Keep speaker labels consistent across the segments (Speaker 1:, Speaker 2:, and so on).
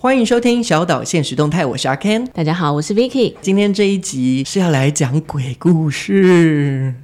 Speaker 1: 欢迎收听小岛现实动态，我是阿 Ken。
Speaker 2: 大家好，我是 Vicky。
Speaker 1: 今天这一集是要来讲鬼故事，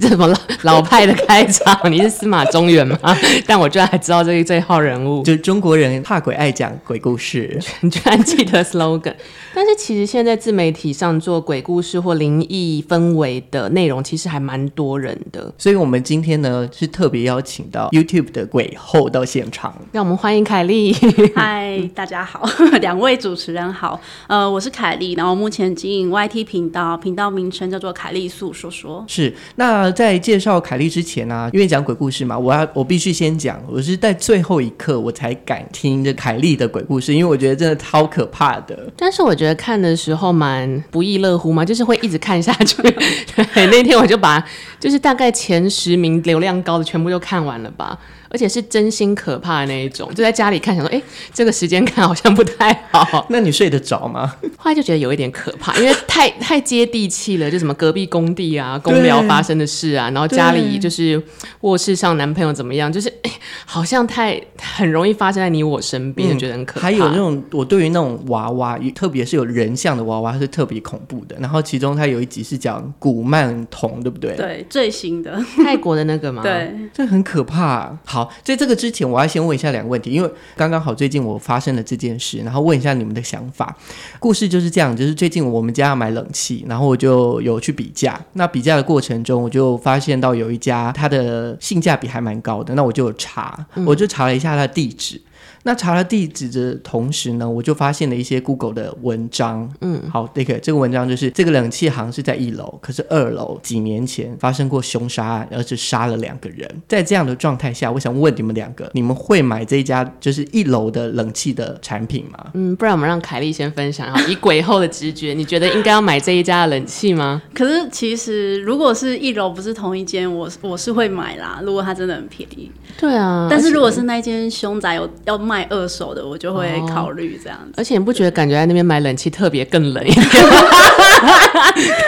Speaker 2: 这怎么老老派的开场？你是司马中原吗？ 但我居然还知道这一这一号人物，
Speaker 1: 就是中国人怕鬼爱讲鬼故事。
Speaker 2: 你居然记得 slogan。但是其实现在自媒体上做鬼故事或灵异氛围的内容，其实还蛮多人的。
Speaker 1: 所以我们今天呢是特别邀请到 YouTube 的鬼后到现场。
Speaker 2: 让我们欢迎凯莉。
Speaker 3: 嗨，大家好， 两位主持人好，呃，我是凯莉，然后目前经营 YT 频道，频道名称叫做凯莉素说说。
Speaker 1: 是，那在介绍凯莉之前呢、因为讲鬼故事嘛，我要我必须先讲，我是在最后一刻我才敢听这凯莉的鬼故事，因为我觉得真的超可怕的。
Speaker 2: 但是我觉得看的时候蛮不亦乐乎嘛，就是会一直看下去。 对，那天我就把就是大概前十名流量高的全部都看完了吧，而且是真心可怕的那一种，就在家里看，想说，哎、这个时间看好像不太好，
Speaker 1: 那你睡得着吗？
Speaker 2: 后来就觉得有一点可怕，因为太太接地气了，就什么隔壁工地啊、公寮发生的事啊，然后家里就是卧室上男朋友怎么样，就是、哎好像太很容易发生在你我身边，就觉得很可怕。
Speaker 1: 嗯还有那种，我对于那种娃娃，特别是有人像的娃娃是特别恐怖的。然后其中它有一集是讲古曼童，对不对？，
Speaker 3: 对，最新的，
Speaker 2: 泰国的那个嘛，。
Speaker 3: 对，
Speaker 1: 这很可怕。好，在这个之前，我要先问一下两个问题，因为刚刚好最近我发生了这件事，然后问一下你们的想法。故事就是这样，就是最近我们家要买冷气，然后我就有去比价。那比价的过程中，我就发现到有一家它的性价比还蛮高的，那我就有查，我就查了一下它的地址。那查了地址的同时呢，我就发现了一些 Google 的文章。嗯，好，那个这个文章就是这个冷气行是在一楼，可是二楼几年前发生过凶杀案，而且杀了两个人。在这样的状态下，我想问你们两个，你们会买这一家就是一楼的冷气的产品吗？
Speaker 2: 嗯，不然我们让凯莉先分享哈，以鬼后的直觉，你觉得应该要买这一家的冷气吗？
Speaker 3: 可是其实如果是一楼不是同一间，我我是会买啦，如果它真的很便宜。
Speaker 2: 对啊
Speaker 3: 但是如果是那一间凶宅有要卖二手的，我就会
Speaker 2: 哦
Speaker 3: 考虑这样子。
Speaker 2: 而且你不觉得感觉在那边买冷气特别更 冷一点吗？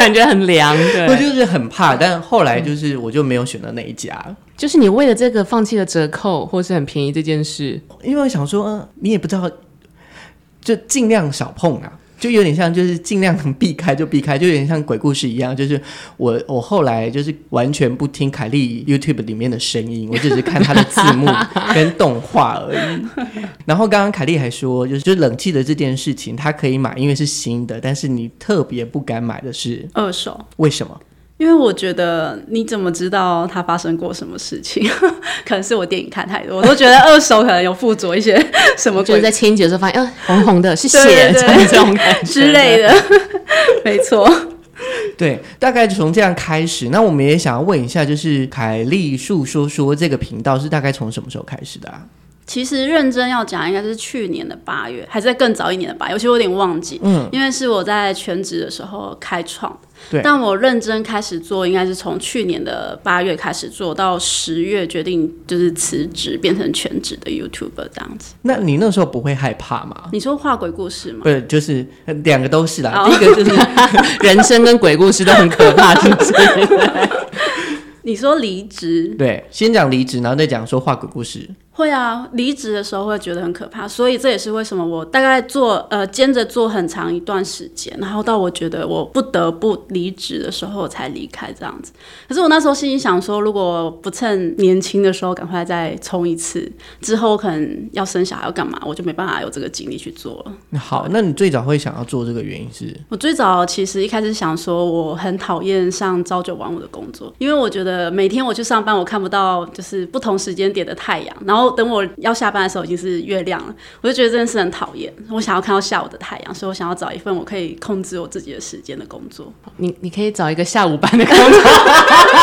Speaker 2: 感觉很凉，
Speaker 1: 我
Speaker 2: 对，
Speaker 1: 就是很怕，但后来就是我就没有选到那一家，
Speaker 2: 就是你为了这个放弃了折扣或是很便宜这件事，
Speaker 1: 因为我想说，嗯你也不知道，就尽量少碰啊。就有点像，就是尽量能避开就避开，就有点像鬼故事一样。就是我，我后来就是完全不听凯莉 YouTube 里面的声音，我只是看她的字幕跟动画而已。然后刚刚凯莉还说，就是就是冷气的这件事情，她可以买，因为是新的，但是你特别不敢买的是
Speaker 3: 二手，
Speaker 1: 为什么？
Speaker 3: 因为我觉得你怎么知道它发生过什么事情？ 可能是我电影看太多，我都觉得二手可能有附着一些什么
Speaker 2: 就
Speaker 3: 鬼
Speaker 2: 是在清洁的时候发现，嗯、红红的是血，
Speaker 3: 对对 对
Speaker 2: 这种感 觉
Speaker 3: 之类的，没错。
Speaker 1: 对，大概从这样开始。那我们也想要问一下，就是凯丽树说说这个频道是大概从什么时候开始的啊？
Speaker 3: 其实认真要讲，应该是去年的八月，还是在更早一年的八月，其实我有点忘记，嗯，因为是我在全职的时候开创的，
Speaker 1: 对
Speaker 3: 但我认真开始做，应该是从去年的八月开始做到十月，决定就是辞职变成全职的 YouTuber 这样子。
Speaker 1: 那你那时候不会害怕吗？
Speaker 3: 你说画鬼故事吗？
Speaker 1: 不是，就是呃两个都是啦。
Speaker 3: 哦
Speaker 1: 第一个就是
Speaker 2: 人生跟鬼故事都很可怕，是不是？
Speaker 3: 哦你说离职
Speaker 1: 对，先讲离职，然后再讲说画鬼故事。
Speaker 3: 会啊，离职的时候会觉得很可怕，所以这也是为什么我大概做呃兼着做很长一段时间，然后到我觉得我不得不离职的时候我才离开这样子。可是我那时候心里想说，如果不趁年轻的时候赶快再冲一次，之后可能要生小孩要干嘛，我就没办法有这个精力去做了。
Speaker 1: 那好，那你最早会想要做这个原因是？
Speaker 3: 我最早其实一开始想说，我很讨厌上朝九晚五的工作，因为我觉得每天我去上班，我看不到就是不同时间点的太阳，然后等我要下班的时候已经是月亮了，我就觉得真的是很讨厌。我想要看到下午的太阳，所以我想要找一份我可以控制我自己的时间的工作。
Speaker 2: 你你可以找一个下午班的工作，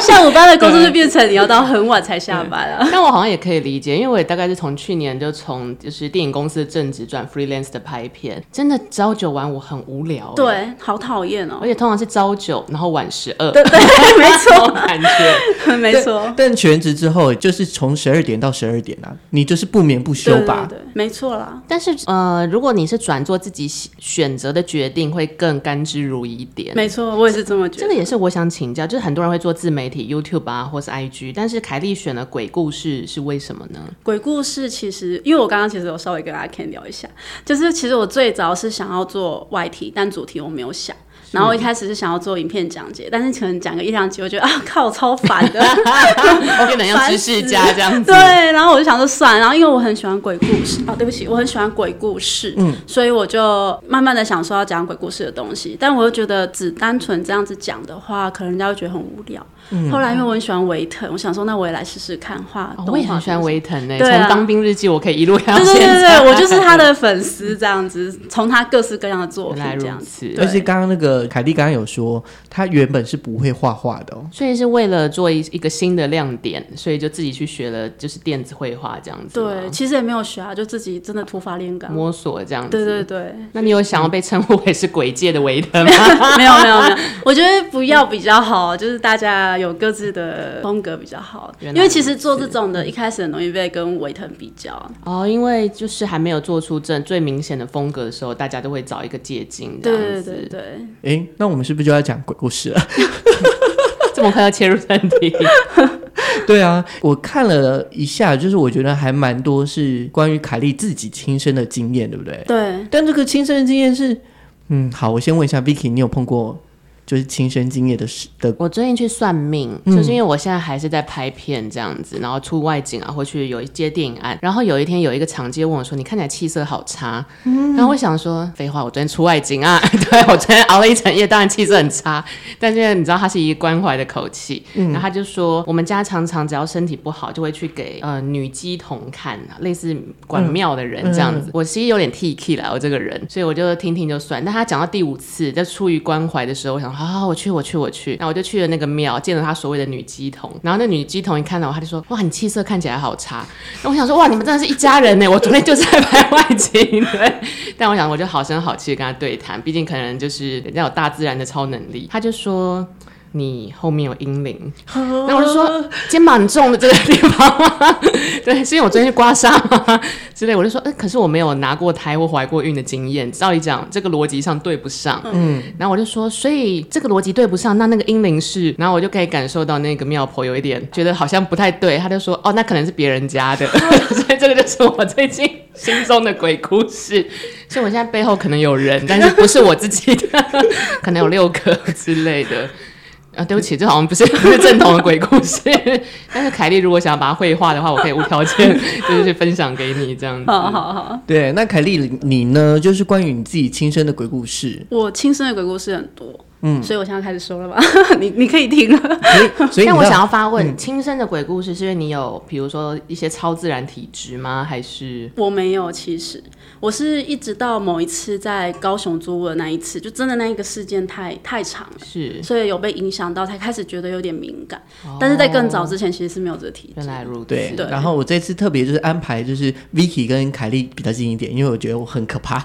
Speaker 3: 下午班的工作就变成你要到很晚才下班啊。
Speaker 2: 但我好像也可以理解，因为我也大概是从去年就从就是电影公司的正职转 freelance 的拍片，真的朝九晚五很无聊、欸，，
Speaker 3: 对，好讨厌哦
Speaker 2: 而。且通常是朝九，然后晚十二，
Speaker 3: 对对，没
Speaker 2: 这种
Speaker 3: 错，
Speaker 2: 感觉。
Speaker 3: 没错。
Speaker 1: 但全职之后，就是从十二点到到十二点啊，你就是不眠不休
Speaker 3: 对
Speaker 1: 吧？
Speaker 3: 对对，没错啦。
Speaker 2: 但是呃，如果你是转做自己喜选择的决定，会更甘之如饴一点。
Speaker 3: 没错，我也是这么觉
Speaker 2: 这
Speaker 3: 得。
Speaker 2: 个也是我想请教，就是很多人会做自媒体 YouTube 啊，或是 IG，但是凯莉选了鬼故事是为什么 呢？
Speaker 3: 鬼故事其实，因为我刚刚其实有稍微跟阿 Ken 聊一下，就是其实我最早是想要做外题，但主题我没有想。然后一开始是想要做影片讲解，但是可能讲个一两集，我觉得啊 靠，超烦 的。
Speaker 2: 我可能要知识家这样子
Speaker 3: 对，，然后我就想说算了，然后因为我很喜欢鬼故事啊，对不起，我很喜欢鬼故事，嗯，所以我就慢慢的想说要讲鬼故事的东西，但我又觉得只单纯这样子讲的话，可能人家会觉得很无聊。后来因为我很喜欢维腾，我想说那我也来试试看画、
Speaker 2: 嗯哦我也很喜欢
Speaker 3: 维。
Speaker 2: 维腾诶，从
Speaker 3: 对啊
Speaker 2: 当兵日记我可以一路看到
Speaker 3: 对对
Speaker 2: 啊现
Speaker 3: 对
Speaker 2: 在。
Speaker 3: 对，我就是他的粉丝，这样子，从他各式各样的
Speaker 2: 原
Speaker 3: 作品
Speaker 2: 来
Speaker 3: 这样
Speaker 2: 如
Speaker 3: 子。
Speaker 2: 此，
Speaker 3: 对
Speaker 1: 而且刚刚那个凯蒂刚刚有说，她原本是不会画画的哦。
Speaker 2: 所以是为了做一一个新的亮点，所以就自己去学了就是电子绘画这样子吗，
Speaker 3: 对，其实也没有学啊，就自己真的突发灵感。
Speaker 2: 摸索这样子。
Speaker 3: 对对对，
Speaker 2: 那你有想要被称呼为是鬼界的维腾吗？
Speaker 3: 没有没有没有，我觉得不要比较好，就是大家有各自的风格比较好。
Speaker 2: 原
Speaker 3: 因
Speaker 2: 来
Speaker 3: 为其实做这种的，一开始很容易被跟维腾比较。
Speaker 2: 哦，因为就是还没有做出正最明显的风格的时候，大家都会找一个借镜这
Speaker 3: 对
Speaker 2: 样
Speaker 3: 对
Speaker 2: 子。
Speaker 3: 对对，
Speaker 1: 诶，那我们是不是就要讲鬼故事了？
Speaker 2: 这么快要切入正题，
Speaker 1: 对啊，我看了一下，就是我觉得还蛮多是关于凯莉自己亲身的经验，对不对？
Speaker 3: 对，
Speaker 1: 但这个亲身的经验是，嗯，好，我先问一下 Vicky，你有碰过就是亲身经验的事的？
Speaker 2: 我最近去算命，就是因为我现在还是在拍片这样子，然后出外景啊，或去有一接电影案。然后有一天有一个场街问我说：“你看起来气色好差。然后我想说：“废话，我昨天出外景啊， 对我昨天熬了一整夜，当然气色很差。但是你知道他是以关怀的口气，然后他就说：我们家常常只要身体不好，就会去给呃女鸡童看，啊类似管庙的人这样子。我其实有点 T K 啦，我这个人，所以我就听听就算。但他讲到第五次，在出于关怀的时候，我想好好好我去我去我去，那我就去了那个庙，见了他所谓的女鸡童。然后那女鸡童一看到我，他就说：哇，你气色看起来好差。然后我想说：哇，你们真的是一家人呢！我昨天就在 拍外景，对。但我想，我就好声好气的跟他对谈，毕竟可能就是人家有大自然的超能力。他就说。你后面有阴灵，然后我就说肩膀很重的这个地方吗？ 对，是因为我昨天去刮痧吗？之类，我就说，嗯，可是我没有拿过胎或怀过孕的经验，照理讲这个逻辑上对不上。嗯，然后我就说，所以这个逻辑对不上，那那个阴灵是，然后我就可以感受到那个庙婆有一点觉得好像不太对，他就说，哦，那可能是别人家的， 所以这个就是我最近心中的鬼故事。所以我现在背后可能有人，但是不是我自己的， 可能有六个之类的。啊，对不起，这好像不是不是正统的鬼故事。但是凯莉如果想要把它绘画的话，我可以无条件就是去分享给你这样子。
Speaker 3: 好好
Speaker 2: 嗯
Speaker 3: 好。
Speaker 1: 对，那凯莉你呢？就是关于你自己亲身的鬼故事，
Speaker 3: 我亲身的鬼故事很多，嗯，所以我现在开始说了吧， 你你可以听了。
Speaker 1: 所以所以
Speaker 2: 但
Speaker 1: 你知
Speaker 2: 我
Speaker 1: 道
Speaker 2: 想要发问，亲身的鬼故事是因为你有，比如说一些超自然体质吗？还是
Speaker 3: 我没有，其实我是一直到某一次在高雄租屋的那一次，就真的那一个事件太太长了，
Speaker 2: 是？
Speaker 3: 所以有被影响到，才开始觉得有点敏感。但是在更早之前，其实是没有这个体
Speaker 2: 原
Speaker 3: 质。
Speaker 2: 来如此。
Speaker 1: 对，然后我这次特别就是安排就是 Vicky 跟凯莉比较近一点，因为我觉得我很可怕。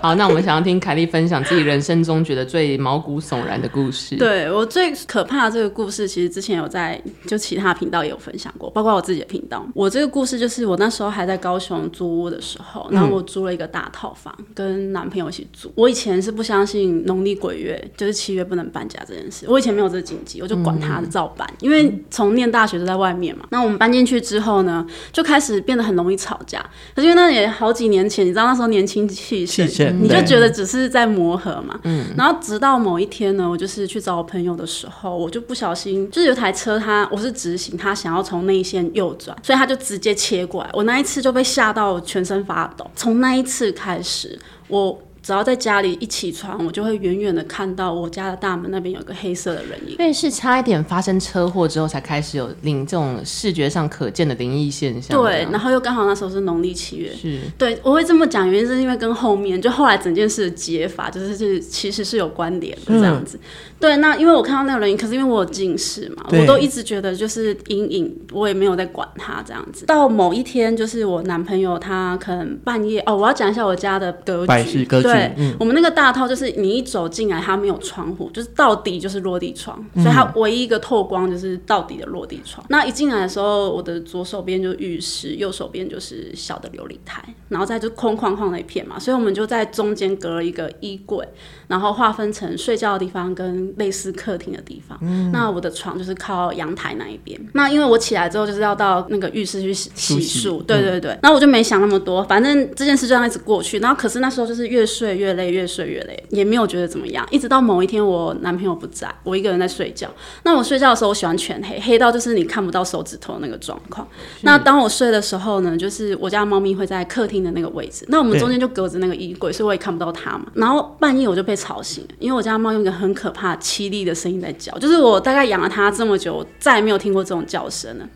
Speaker 2: 好，那我们想要听凯莉分享自己人生中觉得最毛骨悚然的故事。
Speaker 3: 对我最可怕的这个故事，其实之前有在就其他频道也有分享过，包括我自己的频道。我这个故事就是我那时候还在高雄租屋的时候，然后我租了一个大套房，跟男朋友一起住。我以前是不相信农历鬼月，就是七月不能搬家这件事，我以前没有这个禁忌，我就管他的照搬，因为从念大学就在外面嘛。那我们搬进去之后呢，就开始变得很容易吵架。可是因为那也好几年前，你知道那时候年轻气盛，
Speaker 1: 气盛
Speaker 3: 你就
Speaker 1: 对
Speaker 3: 觉得只是在磨合嘛。
Speaker 2: 嗯
Speaker 3: 然后直到某一天呢，我就是去找我朋友的时候，我就不小心，就是有台车他，我是直行，他想要从内线右转，所以他就直接切过来。我那一次就被吓到，我全身发抖。从那一次开始，我。只要在家里一起床，我就会远远的看到我家的大门那边有个黑色的人影。
Speaker 2: 因为是差一点发生车祸之后，才开始有灵这种视觉上可见的灵异现象。这
Speaker 3: 对，
Speaker 2: 样啊
Speaker 3: 然后又刚好那时候是农历七月，
Speaker 2: 是
Speaker 3: 对，我会这么讲，原因是因为跟后面就后来整件事的解法，就是是其实是有关联的这样子。对，那因为我看到那个人，可是因为我有近视嘛，
Speaker 1: 对
Speaker 3: 我都一直觉得就是阴影，我也没有在管他这样子。到某一天，就是我男朋友他可能半夜哦，我要讲一下我家的格局，
Speaker 1: 摆饰格局
Speaker 3: 对，对，我们那个大套就是你一走进来，它没有窗户，就是到底就是落地窗，所以它唯一一个透光就是到底的落地窗。那一进来的时候，我的左手边就是浴室，右手边就是小的琉璃台，然后再就空旷旷的一片嘛，所以我们就在中间隔了一个衣柜，然后划分成睡觉的地方跟类似客厅的地方。那我的床就是靠阳台那一边。那因为我起来之后就是要到那个浴室去洗洗
Speaker 1: 梳洗
Speaker 3: 漱，对对对。那我就没想那么多，反正这件事就这样一直过去。然后可是那时候就是越睡越累，越睡越累，也没有觉得怎么样。一直到某一天我男朋友不在，我一个人在睡觉。那我睡觉的时候我喜欢全黑，黑到就是你看不到手指头那个状况。那当我睡的时候呢，就是我家猫咪会在客厅的那个位置，那我们
Speaker 1: 对
Speaker 3: 中间就隔着那个衣柜，所以我也看不到它嘛。然后半夜我就被吵醒了，因为我家猫用一个很可怕凄厉的声音在叫，就是我大概养了它这么久，我再也没有听过这种叫声了。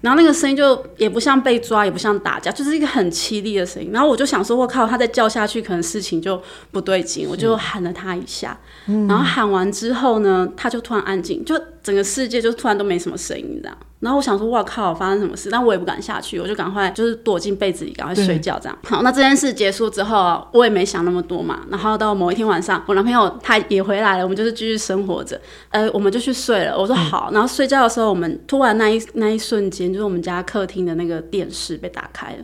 Speaker 3: 然后那个声音就也不像被抓，也不像打架，就是一个很凄厉的声音。然后我就想说，我靠，它再叫下去，可能事情就不对劲，我就喊了它一下。然后喊完之后呢，它就突然安静，就整个世界就突然都没什么声音这样。然后我想说，哇靠，发生什么事？但我也不敢下去，我就赶快就是躲进被子里，赶快睡觉这样。好，那这件事结束之后啊，我也没想那么多嘛。然后到某一天晚上，我男朋友他也回来了，我们就是继续生活着。呃，我们就去睡了。我说好，然后睡觉的时候，我们突然那一那一瞬间，就是我们家客厅的那个电视被打开了。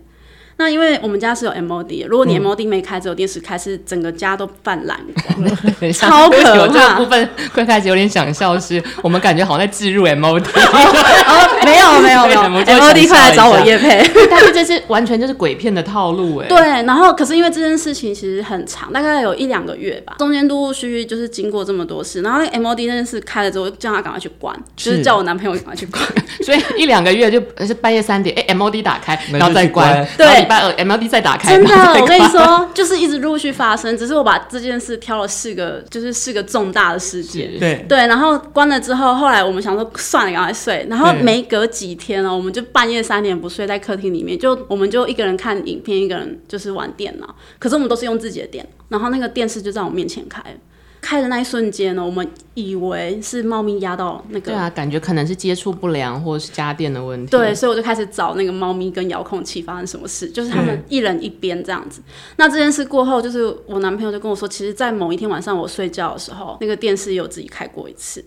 Speaker 3: 那因为我们家是有 MOD，的如果你 MOD 没开，只有电视开，是整个家都泛蓝光。
Speaker 2: 等一下
Speaker 3: 超可怕
Speaker 2: 有这个部分 会开始有点想笑是，我们感觉好像在置入 MOD，
Speaker 3: 哦，没 有没有没有
Speaker 2: 为什么就会想
Speaker 3: ，MOD 快来找我
Speaker 2: 笑一下
Speaker 3: 叶配。
Speaker 2: 但是这是完全就是鬼片的套路哎、
Speaker 3: 对，然后可是因为这件事情其实很长，大概有一两个月吧，中间陆陆续续就是经过这么多事，然后那个 MOD 那件事开了之后，我就叫他赶快去关，就是
Speaker 1: 是
Speaker 3: 叫我男朋友赶快 去关。
Speaker 2: 所以一两个月就呃是半夜三点，哎、m o d 打开，
Speaker 1: 那就
Speaker 2: 然后再
Speaker 1: 去关
Speaker 2: 关，
Speaker 3: 对
Speaker 2: 然后礼呃拜二 MOD 再打开，
Speaker 3: 真
Speaker 2: 然后
Speaker 3: 的，
Speaker 2: 再
Speaker 3: 我跟你
Speaker 2: 关，
Speaker 3: 说，就是一直陆续发生，只是我把这件事挑了四个，就是四个重大的事件。
Speaker 2: 是
Speaker 1: 对，
Speaker 3: 对，然后关了之后，后来我们想说算了，赶快睡。然后
Speaker 2: 嗯
Speaker 1: 对
Speaker 3: 没隔几天哦，我们就半夜三点不睡，在客厅里面，就我们就一个人看影片，一个人就是玩电脑。可是我们都是用自己的电脑，然后那个电视就在我面前开了。开的那一瞬间哦呢，我们以为是猫咪压到那个
Speaker 2: 对啊，感觉可能是接触不良或者是家电的问题，
Speaker 1: 嗯
Speaker 3: 对，所以我就开始找那个猫咪跟遥控器发生什么事，就是他们一人一边这样子。那这件事过后，就是我男朋友就跟我说，其实，在某一天晚上我睡觉的时候，那个电视有自己开过一次。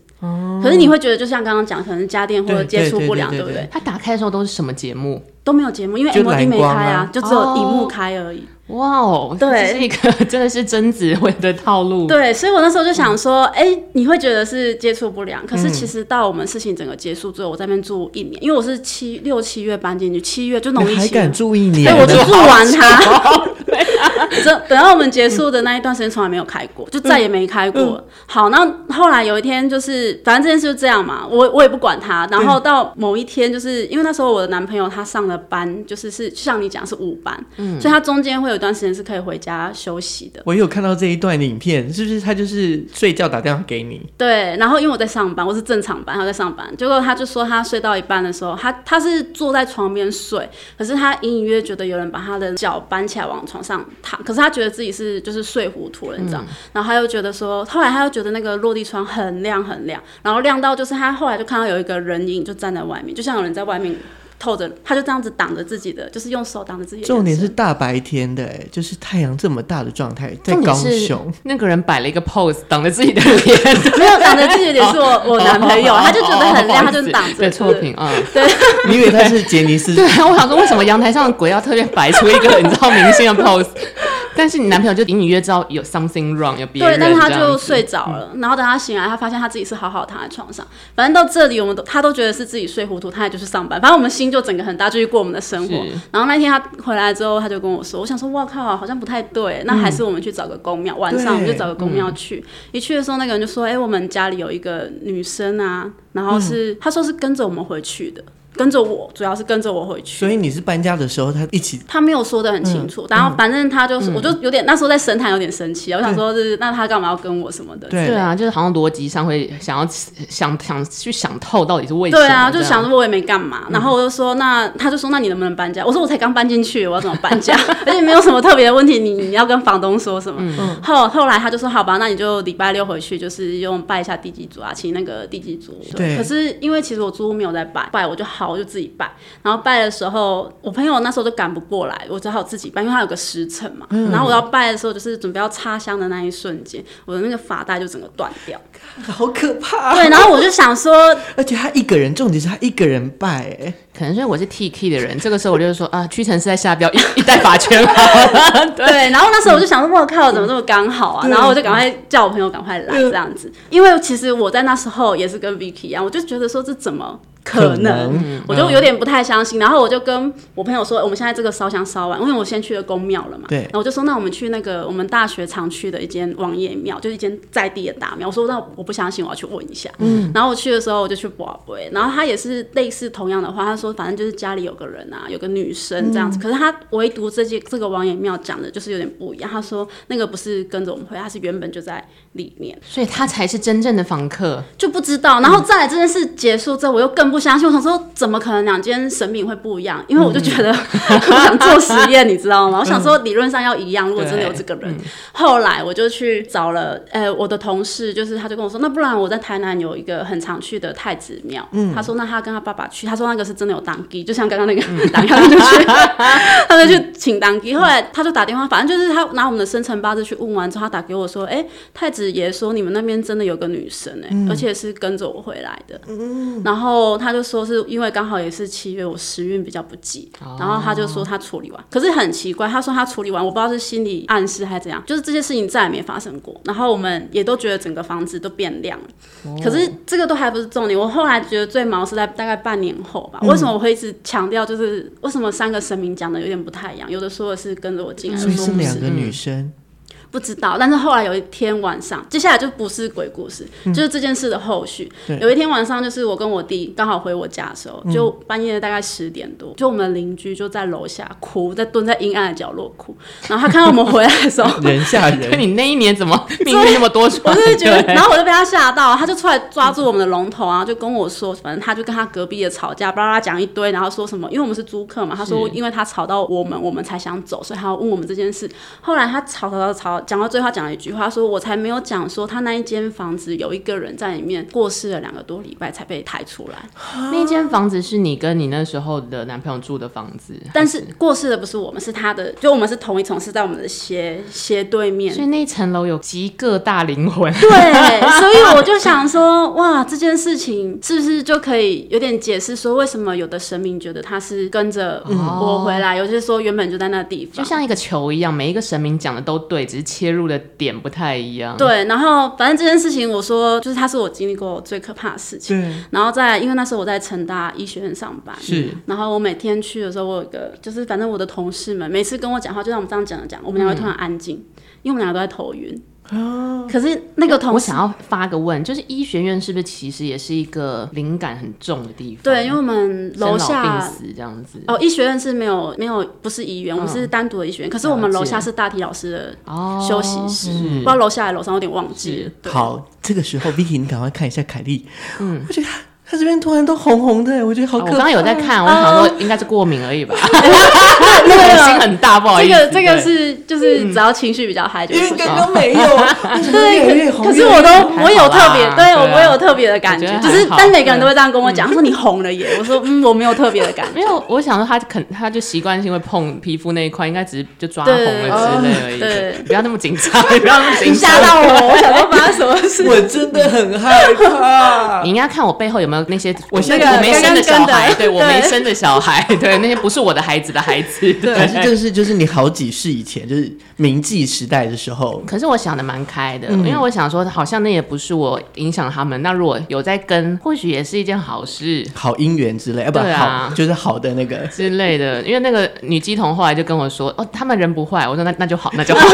Speaker 3: 可是你会觉得，就像刚刚讲，可能家电或者
Speaker 1: 哦对
Speaker 3: 接触
Speaker 1: 对对
Speaker 3: 不良，
Speaker 1: 对
Speaker 3: 不
Speaker 1: 对
Speaker 3: 对？
Speaker 2: 他打开的时候都是什么节目？
Speaker 3: 都没有节目，因为
Speaker 1: 就
Speaker 3: MOD
Speaker 1: 蓝
Speaker 3: 没开
Speaker 1: 光啊
Speaker 3: 啊，就只有荧幕
Speaker 2: 哦
Speaker 3: 开而已。
Speaker 2: 哇哦，
Speaker 3: 对
Speaker 2: 这是一个 真的是贞子会的套路。
Speaker 3: 对，所以我那时候就想说，哎、你会觉得是接触不良，可是
Speaker 1: 嗯
Speaker 3: 其实到我们事情整个结束之后，我在那边住一年，因为我是七六七月搬进去，七月就农历
Speaker 1: 你哎还
Speaker 3: 七月
Speaker 1: 敢注意你？啊
Speaker 3: 对，我就
Speaker 1: 就
Speaker 3: 住完它。这等到我们结束的那一段时间，从来没有开过，就再也没开过。好，那后来有一天，就是反正这件事就这样嘛，我我也不管他。然后到某一天，就是因为那时候我的男朋友他上了班，就是是像你讲是午班，所以他中间会有一段时间是可以回家休息的。
Speaker 1: 我有看到这一段的影片，是不是他就是睡觉打电话给你？
Speaker 3: 对，然后因为我在上班，我是正常班，他在上班，结果他就说他睡到一半的时候，他他是坐在床边睡，可是他隐隐约觉得有人把他的脚搬起来往床上躺，可是他觉得自己是就是睡糊涂了，你知道，然后他又觉得说，后来他又觉得那个落地窗很亮很亮，然后亮到就是他后来就看到有一个人影就站在外面，就像有人在外面。透着，他就这样子挡着自己的，就是用手挡着自己的眼神。
Speaker 1: 重点是大白天的、哎，就是太阳这么大的状态，在
Speaker 2: 重
Speaker 1: 高
Speaker 2: 点是
Speaker 1: 雄。
Speaker 2: 那个人摆了一个 pose 挡着自己的脸，
Speaker 3: 没有挡着自己的脸，是 我我男朋友，他就觉得很亮，
Speaker 2: 哦
Speaker 3: 他就挡着。
Speaker 2: 对
Speaker 3: 就是
Speaker 2: 错评啊。 嗯
Speaker 1: 你以为他是杰尼斯？
Speaker 2: 对，我想说为什么阳台上的鬼要特别摆出一个你知道明星的 pose？但是你男朋友就隐隐约知道有 something wrong，有别人
Speaker 3: 对，但是他
Speaker 2: 这样
Speaker 3: 就
Speaker 2: 子嗯
Speaker 3: 睡着了，然后等他醒来，他发现他自己是好好躺在床上。反正到这里，我们都他都觉得是自己睡糊涂，他也就是上班。反正我们心就整个很大，就去过我们的生活
Speaker 2: 是。
Speaker 3: 然后那天他回来之后，他就跟我说：“我想说，哇靠，好像不太对，那还是
Speaker 2: 嗯
Speaker 3: 我们去找个公庙。晚上我们就找个公庙去。一去的时候，那个人就说：‘哎、我们家里有一个女生啊，然
Speaker 2: 嗯
Speaker 3: 后是、他说是跟着我们回去的，跟着我，主要是跟着我回去。’
Speaker 1: 所以你是搬家的时候，他一起
Speaker 3: 他没有说的很清楚，然后反正他就是，我就有点那时候在神坛有点生气啊，我想说是那他干嘛要跟我什么的？
Speaker 1: 对
Speaker 2: 对啊，就是好像逻辑上会想要想想去想透到底是哎为什么
Speaker 3: 对
Speaker 2: 这样。嗯
Speaker 3: 啊，就想说我也没干嘛，然后我就说那他就说那你能不能搬家？我说我才刚搬进去，我要怎么搬 家？而且没有什么特别的问题，你你要跟房东说什么？后后来他就说好吧，那你就礼拜六回去，就是用拜一下地基组啊，请那个地基组。
Speaker 1: 对
Speaker 3: 可是因为其实我租屋没有在拜，拜我就好好，我就自己拜。然后拜的时候，我朋友那时候就赶不过来，我只好自己拜，因为他有个时辰嘛。
Speaker 2: 嗯
Speaker 3: 然后我要拜的时候，就是准备要插香的那一瞬间，我的那个发带就整个断 掉。
Speaker 1: 好可怕、
Speaker 3: 对，然后我就想说，
Speaker 1: 而且他一个人，重点是他一个人拜、哎，
Speaker 2: 可能是因为我是 T K 的人，这个时候我就说啊，屈臣氏在下标一一代法圈好了，对，
Speaker 3: 对，然后那时候我就想说，我靠，怎么这么刚好啊？然后我就赶快叫我朋友赶快来这样子，因为其实我在那时候也是跟 Vicky 一样，我就觉得说这怎么。可
Speaker 1: 可能
Speaker 3: 能，我就有点不太相信，然后我就跟我朋友说，我们现在这个烧香烧完，因为我先去了公庙了嘛，
Speaker 1: 对
Speaker 3: 然后我就说，那我们去那个我们大学常去的一间王爷庙，就是一间在地的大庙，我说那我不相信，我要去问一下，嗯，然后我去的时候我就去宝贝，然后他也是类似同样的话，他说反正就是家里有个人啊，有个女生这样子，可是他唯独这些这个王爷庙讲的就是有点不一样，他说那个不是跟着我们回来，他是原本就在里面，
Speaker 2: 所以他才是真正的访客。
Speaker 3: 就不知道。然后再来这件事结束之后，我又更不相信。我想说，怎么可能两间神明会不一样？因为我就觉得、 我想做实验，你知道吗？我想说理论上要一样，如果真的有这个人。后来我就去找了，呃，我的同事，就是他就跟我说，那不然我在台南有一个很常去的太子庙，他说那他跟他爸爸去，他说那个是真的有当地，就像刚刚那个 当地就去，他就去请当地。后来他就打电话，反正就是他拿我们的生辰八字去问完之后，他打给我说，哎、太子爷说你们那边真的有个女生哎、而且是跟着我回来的。
Speaker 1: 嗯
Speaker 3: 然后他就说是因为刚好也是七月，我时运比较不济，
Speaker 1: 哦
Speaker 3: 然后他就说他处理完，可是很奇怪，他说他处理完，我不知道是心理暗示还是怎样，就是这些事情再也没发生过。然后我们也都觉得整个房子都变亮了，
Speaker 1: 哦
Speaker 3: 可是这个都还不是重点。我后来觉得最毛是在大概半年后吧。
Speaker 1: 嗯
Speaker 3: 为什么我会一直强调，就是为什么三个神明讲的有点不太一样？有的说的是跟着我进来，有
Speaker 1: 所
Speaker 3: 的
Speaker 1: 以
Speaker 3: 说
Speaker 1: 是
Speaker 3: 不
Speaker 1: 两
Speaker 3: 是。
Speaker 1: 个女生，
Speaker 3: 不知道，但是后来有一天晚上，接下来就不是鬼故事，就是这件事的后续。有一天晚上，就是我跟我弟刚好回我家的时候，就半夜大概十点多，就我们邻居就在楼下哭，在蹲在阴暗的角落哭。然后他看到我们回来的 时候，
Speaker 1: 人吓
Speaker 2: 可
Speaker 1: 人，
Speaker 2: 你那一年怎么命运那么多舛？
Speaker 3: 我就是觉 得，
Speaker 2: 对
Speaker 3: 然后我就被他吓到，他就出来抓住我们的龙头啊，就跟我说，反正他就跟他隔壁的吵架，巴拉巴拉讲一堆，然后说什么，因为我们是租客嘛，他说
Speaker 2: 是
Speaker 3: 因为他吵到我们，我们才想走，所以他要问我们这件事。后来他吵吵吵吵，讲到最后他讲了一句话，他说我才没有讲说他那一间房子有一个人在里面过世了两个多礼拜才被抬出来，
Speaker 2: 那间房子是你跟你那时候的男朋友住的房子，
Speaker 3: 但是过世的不是我们，是他的，就我们是同一层，是在我们的斜斜对面
Speaker 2: 所。以那一层楼有集各大灵 魂。
Speaker 3: 对，所以我就想说，哇，这件事情是不是就可以有点解释说，为什么有的神明觉得他是跟着
Speaker 1: 嗯
Speaker 3: 我回来，有些说原本就在那地
Speaker 2: 就
Speaker 3: 方。
Speaker 2: 像一个球一样，每一个神明讲的都对，只是切入的点不太一样。
Speaker 3: 对，然后反正这件事情，我说就是它是我经历过最可怕的事情。
Speaker 1: 对，
Speaker 3: 然后再来因为那时候我在成大医学院上班，
Speaker 1: 是
Speaker 3: 然后我每天去的时候，我有一个就是反正我的同事们每次跟我讲话，就像我们这样讲着讲，我们俩会突然安静，
Speaker 1: 嗯
Speaker 3: 因为我们俩都在头晕。
Speaker 1: 哦
Speaker 3: 可是那个同
Speaker 2: 我
Speaker 3: 事
Speaker 2: 想要发个问，就是医学院是不是其实也是一个灵感很重的地方？
Speaker 3: 对，因为我们
Speaker 2: 生
Speaker 3: 楼
Speaker 2: 老
Speaker 3: 下
Speaker 2: 病死这样子。
Speaker 3: 哦，医学院是没有没有不是医院，
Speaker 2: 嗯
Speaker 3: 我们是单独的医学院。可是我们楼下是大体老师的
Speaker 2: 哦
Speaker 3: 休息室，
Speaker 2: 是
Speaker 3: 不知道楼下还是楼上，有点忘记了。对，
Speaker 1: 好，这个时候 Vicky，你赶快看一下凯莉，嗯，我觉得她她这边突然都红红的，我觉得好
Speaker 2: 哦
Speaker 1: 可
Speaker 2: 我
Speaker 1: 怕。
Speaker 2: 刚刚有在看，我
Speaker 3: 嗯
Speaker 2: 想说应该是过敏而已 吧，
Speaker 3: 那
Speaker 2: 我 心
Speaker 3: 个
Speaker 2: 很大，不好
Speaker 3: 啊这
Speaker 2: 意思。
Speaker 3: 个这个
Speaker 2: 对嗯
Speaker 3: 是就是只要情绪比较嗨就
Speaker 1: 因
Speaker 3: 会
Speaker 1: 为
Speaker 3: 出
Speaker 1: 刚
Speaker 3: 现。
Speaker 1: 刚没有，啊 越来越
Speaker 3: 对，可
Speaker 1: 红
Speaker 3: 可是
Speaker 1: 越来
Speaker 3: 我
Speaker 1: 越
Speaker 3: 都
Speaker 1: 红
Speaker 2: 还
Speaker 3: 我有
Speaker 2: 好
Speaker 3: 特
Speaker 2: 啦
Speaker 3: 别，对我
Speaker 2: 对啊
Speaker 3: 我有特别的感
Speaker 2: 我觉
Speaker 3: 觉，
Speaker 2: 得
Speaker 3: 只是
Speaker 2: 还好
Speaker 3: 但每个人都
Speaker 2: 对啊嗯
Speaker 3: 会这样跟我讲，他说你红了耶，我说嗯我没有特别的感觉
Speaker 2: 没。有，我想说他肯他就习惯性会碰皮肤那一块，应该只是就抓红
Speaker 3: 对
Speaker 2: 了之类而已。
Speaker 3: 对
Speaker 2: 不要那么紧张， 不要那么紧
Speaker 3: 你
Speaker 2: 张。
Speaker 3: 吓到我，我想说发生什么事？
Speaker 1: 我真的很害怕。
Speaker 2: 你应该看我背后有没有那些我
Speaker 3: 现在
Speaker 2: 我没生的小
Speaker 3: 刚刚
Speaker 2: 孩，
Speaker 3: 跟的
Speaker 2: 对我没
Speaker 3: 对
Speaker 2: 生的小孩， 对那些不是我的孩子的孩子，
Speaker 1: 还是这是就是你好几世以前，就是明记时代的时候，
Speaker 2: 可是我想的蛮开的，因为我想说，好像那也不是我影响他们。那如果有在跟，或许也是一件好事
Speaker 1: 好姻缘之类，啊不
Speaker 2: 对啊
Speaker 1: 好就是好的那 个。
Speaker 2: 之类 的。因为那个女鸡童后来就跟我说：“哦，他们人不坏。”我说：“那那就好，那就 好。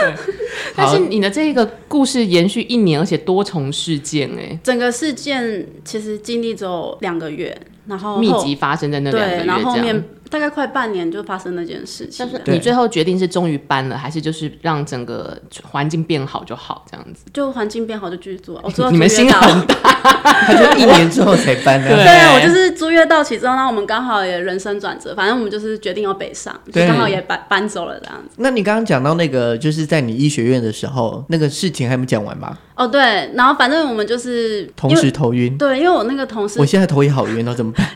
Speaker 2: 对”但是你的这个故事延续一年，而且多重事件、欸
Speaker 3: 整个事件其实经历只有两个月，然后
Speaker 2: 哎，密
Speaker 3: 后
Speaker 2: 集发生在那两个
Speaker 3: 哦对，
Speaker 2: 月
Speaker 3: 然后后
Speaker 2: 这样
Speaker 3: 面。大概快半年就发生那件事情
Speaker 2: 但
Speaker 3: 了。
Speaker 2: 是
Speaker 1: 对
Speaker 2: 你最后决定是终于搬了，还是就是让整个环境变好就好这样子？
Speaker 3: 就 环境变好就继续做啊。我做到
Speaker 2: 你们
Speaker 3: 租
Speaker 2: 心
Speaker 3: 约到
Speaker 2: 很
Speaker 1: 他就一年之后才搬的、啊
Speaker 2: 对啊
Speaker 3: 对，我就是租租约到期之后，那我们刚好也人生转折，反正我们就是决定要北上，就
Speaker 1: 对
Speaker 3: 刚好也搬搬走了这样子。
Speaker 1: 那你刚刚讲到那个，就是在你医学院的时候，那个事情还没讲完吧？
Speaker 3: 哦，对，然后反正我们就是
Speaker 1: 同
Speaker 3: 因为
Speaker 1: 时头晕，
Speaker 3: 对，因为我那个同事
Speaker 1: 我现在头也好晕哦，怎么办？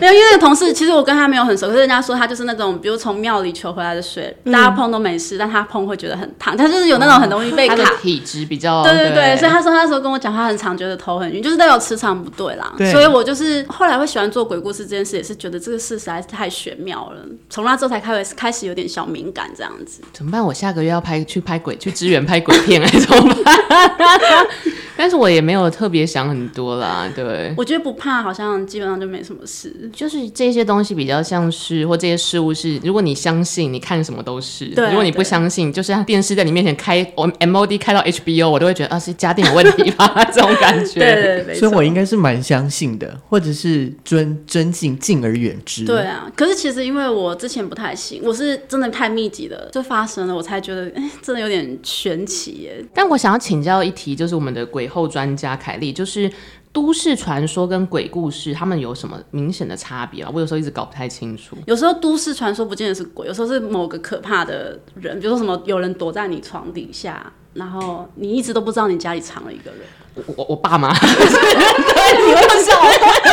Speaker 3: 没有，因为那个同事其实我跟他没有很熟，可是人家说他就是那种，比如从庙里求回来的水，
Speaker 2: 嗯
Speaker 3: 大家碰都没事，但他碰会觉得很烫，他就是有那种很容易被
Speaker 2: 他
Speaker 3: 卡。
Speaker 2: 的体质比
Speaker 1: 哦
Speaker 2: 较
Speaker 3: 对对
Speaker 2: 对
Speaker 3: 对，所以他说他那时候跟我讲，他很常觉得头很晕，就是代表磁场不对啦。
Speaker 1: 对
Speaker 3: 所以我就是后来会喜欢做鬼故事这件事，也是觉得这个事实在是太玄妙了。从那之后才开始开始有点小敏感这样子。
Speaker 2: 怎么办？我下个月要拍去拍鬼去支援拍鬼片，还是怎么办？ 但是我也没有特别想很多啦，对。
Speaker 3: 我觉得不怕，好像基本上就没什么事。
Speaker 2: 就是这些东西比较像是，或这些事物是，如果你相信，你看什么都是；
Speaker 3: 对啊
Speaker 2: 如果你不
Speaker 3: 对
Speaker 2: 相信，就是电视在你面前开 M O D 开到 H B O，我都会觉得啊是家电有问题吧， 这种感觉。
Speaker 3: 对对对，没
Speaker 1: 所以
Speaker 3: 错
Speaker 1: 我应该是蛮相信的，或者是尊尊敬敬而远之。
Speaker 3: 对啊，可是其实因为我之前不太行，我是真的太密集了，就发生了，我才觉得，哎、真的有点玄奇耶。
Speaker 2: 但我想要请教一题，就是我们的鬼后专家凯莉，就是都市传说跟鬼故事，他们有什么明显的差别啊？我有时候一直搞不太清楚。
Speaker 3: 有时候都市传说不见得是鬼，有时候是某个可怕的人，比如说什么有人躲在你床底下，然后你一直都不知道你家里藏了一个 人，
Speaker 2: 我我我爸妈，对，你会笑，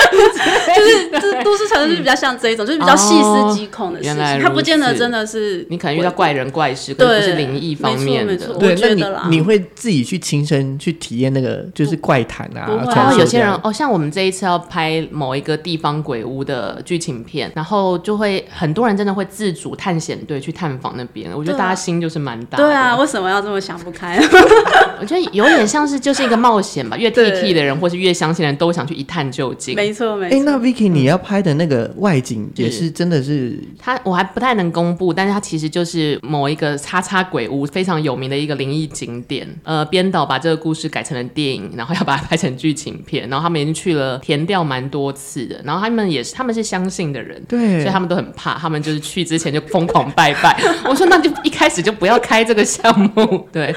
Speaker 3: 就是这都市传说就是比较像这一种，就是比较细思极恐的
Speaker 2: 哦
Speaker 3: 事
Speaker 2: 原来
Speaker 3: 情，
Speaker 2: 如
Speaker 3: 它不见得
Speaker 2: 此
Speaker 3: 真的是
Speaker 2: 你可能遇到
Speaker 3: 鬼
Speaker 2: 怪人怪事，可能
Speaker 3: 对
Speaker 2: 不是灵异方面
Speaker 3: 没错
Speaker 2: 的
Speaker 3: 没错。
Speaker 1: 对，
Speaker 3: 我
Speaker 1: 那
Speaker 3: 觉得啦
Speaker 1: 你你会自己去亲身去体验那个就是怪谈啊
Speaker 3: 不会，啊
Speaker 1: 传
Speaker 2: 然后
Speaker 1: 说
Speaker 2: 有些
Speaker 1: 这
Speaker 2: 人
Speaker 1: 样
Speaker 2: 哦，像我们这一次要拍某一个地方鬼屋的剧情片，然后就会很多人真的会自主探险队去探访那边，我觉得
Speaker 3: 对啊
Speaker 2: 大家心就是蛮大的。
Speaker 3: 对啊，为什么要这么想不开？
Speaker 2: 我觉得有点像是就是一个冒险吧，越 T
Speaker 3: 对
Speaker 2: T 的人或是越相信的人都想去一探究竟。
Speaker 3: 没错没
Speaker 1: 哎、
Speaker 3: 错，嗯
Speaker 1: 那 Vicky，你要拍的那个外景也是真的是
Speaker 2: 他我还不太能公布，但是他其实就是某一个叉叉鬼屋非常有名的一个灵异景点。呃，编导把这个故事改成了电影，然后要把它拍成剧情片，然后他们已经去了填调蛮多次的，然后他们也是他们是相信的人。所
Speaker 1: 对
Speaker 3: 嗯
Speaker 2: 以他们都很怕，他们就是去之前就疯狂拜拜。 我说那就一开始就不要开这个项目，对。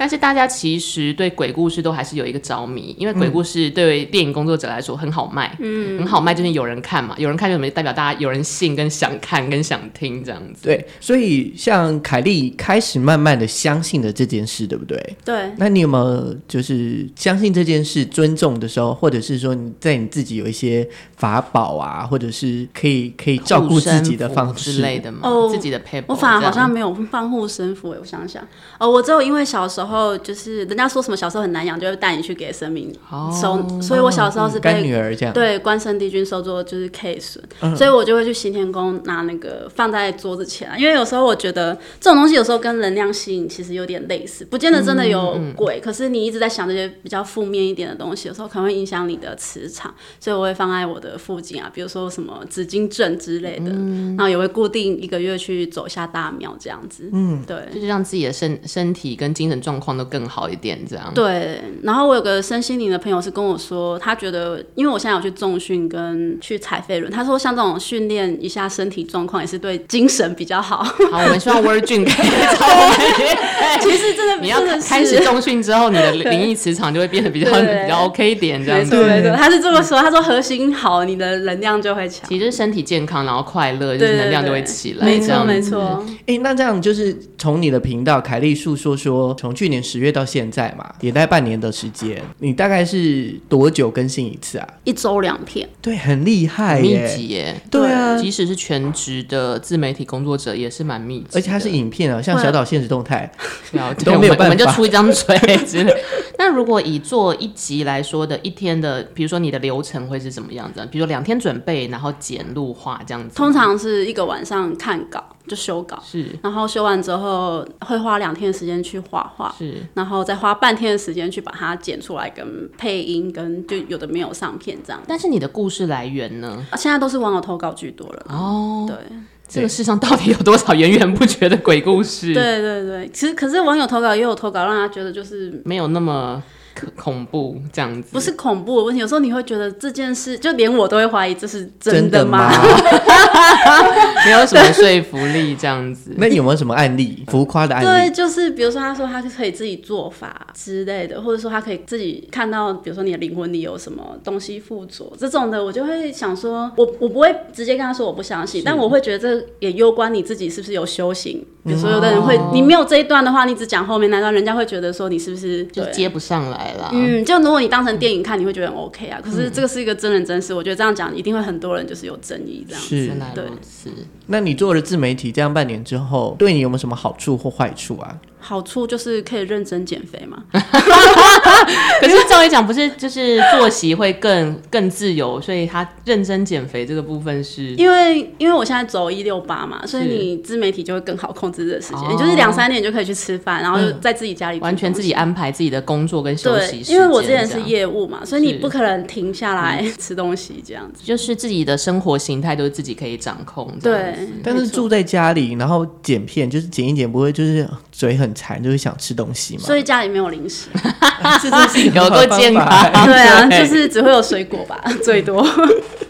Speaker 2: 但是大家其实对鬼故事都还是有一个着迷，因为鬼故事对电影工作者来说很好卖，嗯，很好卖就是有人看嘛，有人看就代表大家有人信跟想看跟想听这样子。
Speaker 1: 对，所以像凯莉开始慢慢的相信了这件事，对不对？
Speaker 3: 对。
Speaker 1: 那你有没有就是相信这件事、尊重的时候，或者是说你在你自己有一些法宝啊，或者是可以可以照顾自己的方式嗯
Speaker 2: 之类？的嘛，
Speaker 3: 哦
Speaker 2: 自己的 paper，
Speaker 3: 我反而好像没有放护身符、欸，我想想，哦，我只有因为小时候就是人家说什么小时候很难养，就会带你去给神明
Speaker 2: 哦
Speaker 3: 收，所以我小时候是
Speaker 1: 干
Speaker 3: 被、
Speaker 1: 女儿这样，嗯
Speaker 3: 对关圣帝君收做就是 K 损、所以我就会去行天宫拿那个放在桌子前啊，因为有时候我觉得这种东西有时候跟能量吸引其实有点类似，不见得真的有鬼，可是你一直在想这些比较负面一点的东西，有时候可能会影响你的磁场，所以我会放在我的附近啊，比如说什么紫金阵之类的，然后也会固定一个月去走一下大庙这样子，嗯，对。
Speaker 2: 就是让自己的身身体跟精神状况都更好一点这样。
Speaker 3: 对，然后我有个身心灵的朋友是跟我说，他觉得，因为我现在有去重训跟去踩飞轮，他说像这种训练一下身体状况，也是对精神比较好。
Speaker 2: 好，我们希望 Virgin 可以超
Speaker 3: 其实真 的，
Speaker 2: 你要
Speaker 3: 真的是
Speaker 2: 开始重训之后，你的灵异磁场就会变得比较
Speaker 3: 对
Speaker 2: 比较 OK 一点这
Speaker 3: 没
Speaker 2: 样子。
Speaker 3: 错没错，他是这么说，他说核心好，你的能量就会强，
Speaker 2: 其实就是身体健康，然后快乐，就
Speaker 3: 对
Speaker 2: 是
Speaker 3: 对
Speaker 2: 能量就会
Speaker 3: 对
Speaker 2: 起来。
Speaker 3: 没
Speaker 2: 这
Speaker 3: 错
Speaker 2: 样
Speaker 3: 没错，
Speaker 1: 哎、那这样就是从你的频道凯莉诉说说，从去年十月到现在嘛，也待半年的时间，你大概是多久更新一次啊？
Speaker 3: 一周两片，
Speaker 1: 对，很厉害
Speaker 2: 很密
Speaker 1: 耶，
Speaker 2: 集耶。
Speaker 1: 对啊，
Speaker 3: 哎
Speaker 2: 即使是全职的自媒体工作者，也是蛮密集的，
Speaker 1: 而且它是影片啊，像小岛现实动态，
Speaker 2: 了解
Speaker 1: 都
Speaker 2: 我
Speaker 1: 没有
Speaker 2: 们我们
Speaker 1: 办
Speaker 2: 就
Speaker 1: 法
Speaker 2: 出一张嘴之类。 那如果以做一集来说的，一天的，比如说你的流程会是怎么样子啊？比如说两天准备，然后剪录画这样子吗，
Speaker 3: 通常是一个晚上看稿就修稿，
Speaker 2: 是
Speaker 3: 然后修完之后会花两天的时间去画画，
Speaker 2: 是
Speaker 3: 然后再花半天的时间去把它剪出来，跟配音，跟就有的没有上片这样。
Speaker 2: 但是你的故事来源呢？
Speaker 3: 啊现在都是网友投稿居多了啦。
Speaker 2: 哦，
Speaker 3: 对
Speaker 2: 这个世上到底有多少源源不绝的鬼故事？，
Speaker 3: 对对对，其实可是网友投稿也有投稿，让他觉得就是
Speaker 2: 没有那么可恐怖这样子。
Speaker 3: 不是恐怖的问题，有时候你会觉得这件事，就连我都会怀疑这是
Speaker 1: 真
Speaker 3: 的
Speaker 1: 吗？
Speaker 2: 没有什么说服力这样 子。
Speaker 1: 那你有没有什么案例？浮夸的案
Speaker 3: 对，
Speaker 1: 例？
Speaker 3: 就是比如说，他说他可以自己做法之类的，或者说他可以自己看到，比如说你的灵魂里有什么东西附着这种的，我就会想说，我我不会直接跟他说我不相信，但我会觉得这也攸关你自己是不是有修行。比如说，有的人会、你没有这一段的话，你只讲后面那段，人家会觉得说你是不是
Speaker 2: 就
Speaker 3: 对
Speaker 2: 接不上来啦。
Speaker 3: 嗯，就如果你当成电影看，你会觉得很 OK
Speaker 2: 嗯
Speaker 3: 啊。可是这个是一个真人真事，我觉得这样讲一定会很多人就是有争议这样。
Speaker 1: 是
Speaker 2: 原，来
Speaker 3: 对
Speaker 2: 如此。
Speaker 1: 那你做了自媒体这样半年之后，对你有没有什么好处或坏处啊？
Speaker 3: 好处就是可以认真减肥嘛，
Speaker 2: 可是照理讲，不是就是作息会更更自由，所以他认真减肥这个部分是
Speaker 3: 因为因为我现在走一六八嘛，所以
Speaker 2: 是
Speaker 3: 你自媒体就会更好控制这个时间，
Speaker 2: 哦
Speaker 3: 你就是两三点就可以去吃饭，然后就在自己家里、
Speaker 2: 完全自己。安排自己的工作跟休
Speaker 3: 对
Speaker 2: 息，时
Speaker 3: 因为我之
Speaker 2: 间
Speaker 3: 前
Speaker 2: 这
Speaker 3: 是
Speaker 2: 样
Speaker 3: 业务嘛，所以你
Speaker 2: 是
Speaker 3: 不可能停下来吃东西这样子。
Speaker 2: 就是自己的生活形态都是自己可以掌控。这样子
Speaker 3: 对，
Speaker 1: 但是
Speaker 3: 嗯没错
Speaker 1: 住在家里，然后剪片，就是剪一剪，不会就是嘴很馋，就是想吃东西嘛？
Speaker 3: 所以家里没有 零食。
Speaker 1: 这真 是一个
Speaker 2: 有
Speaker 1: 好
Speaker 2: 够
Speaker 1: 方法
Speaker 2: 健康
Speaker 3: 对啊，
Speaker 2: 对
Speaker 3: 就是只会有水果吧，最多。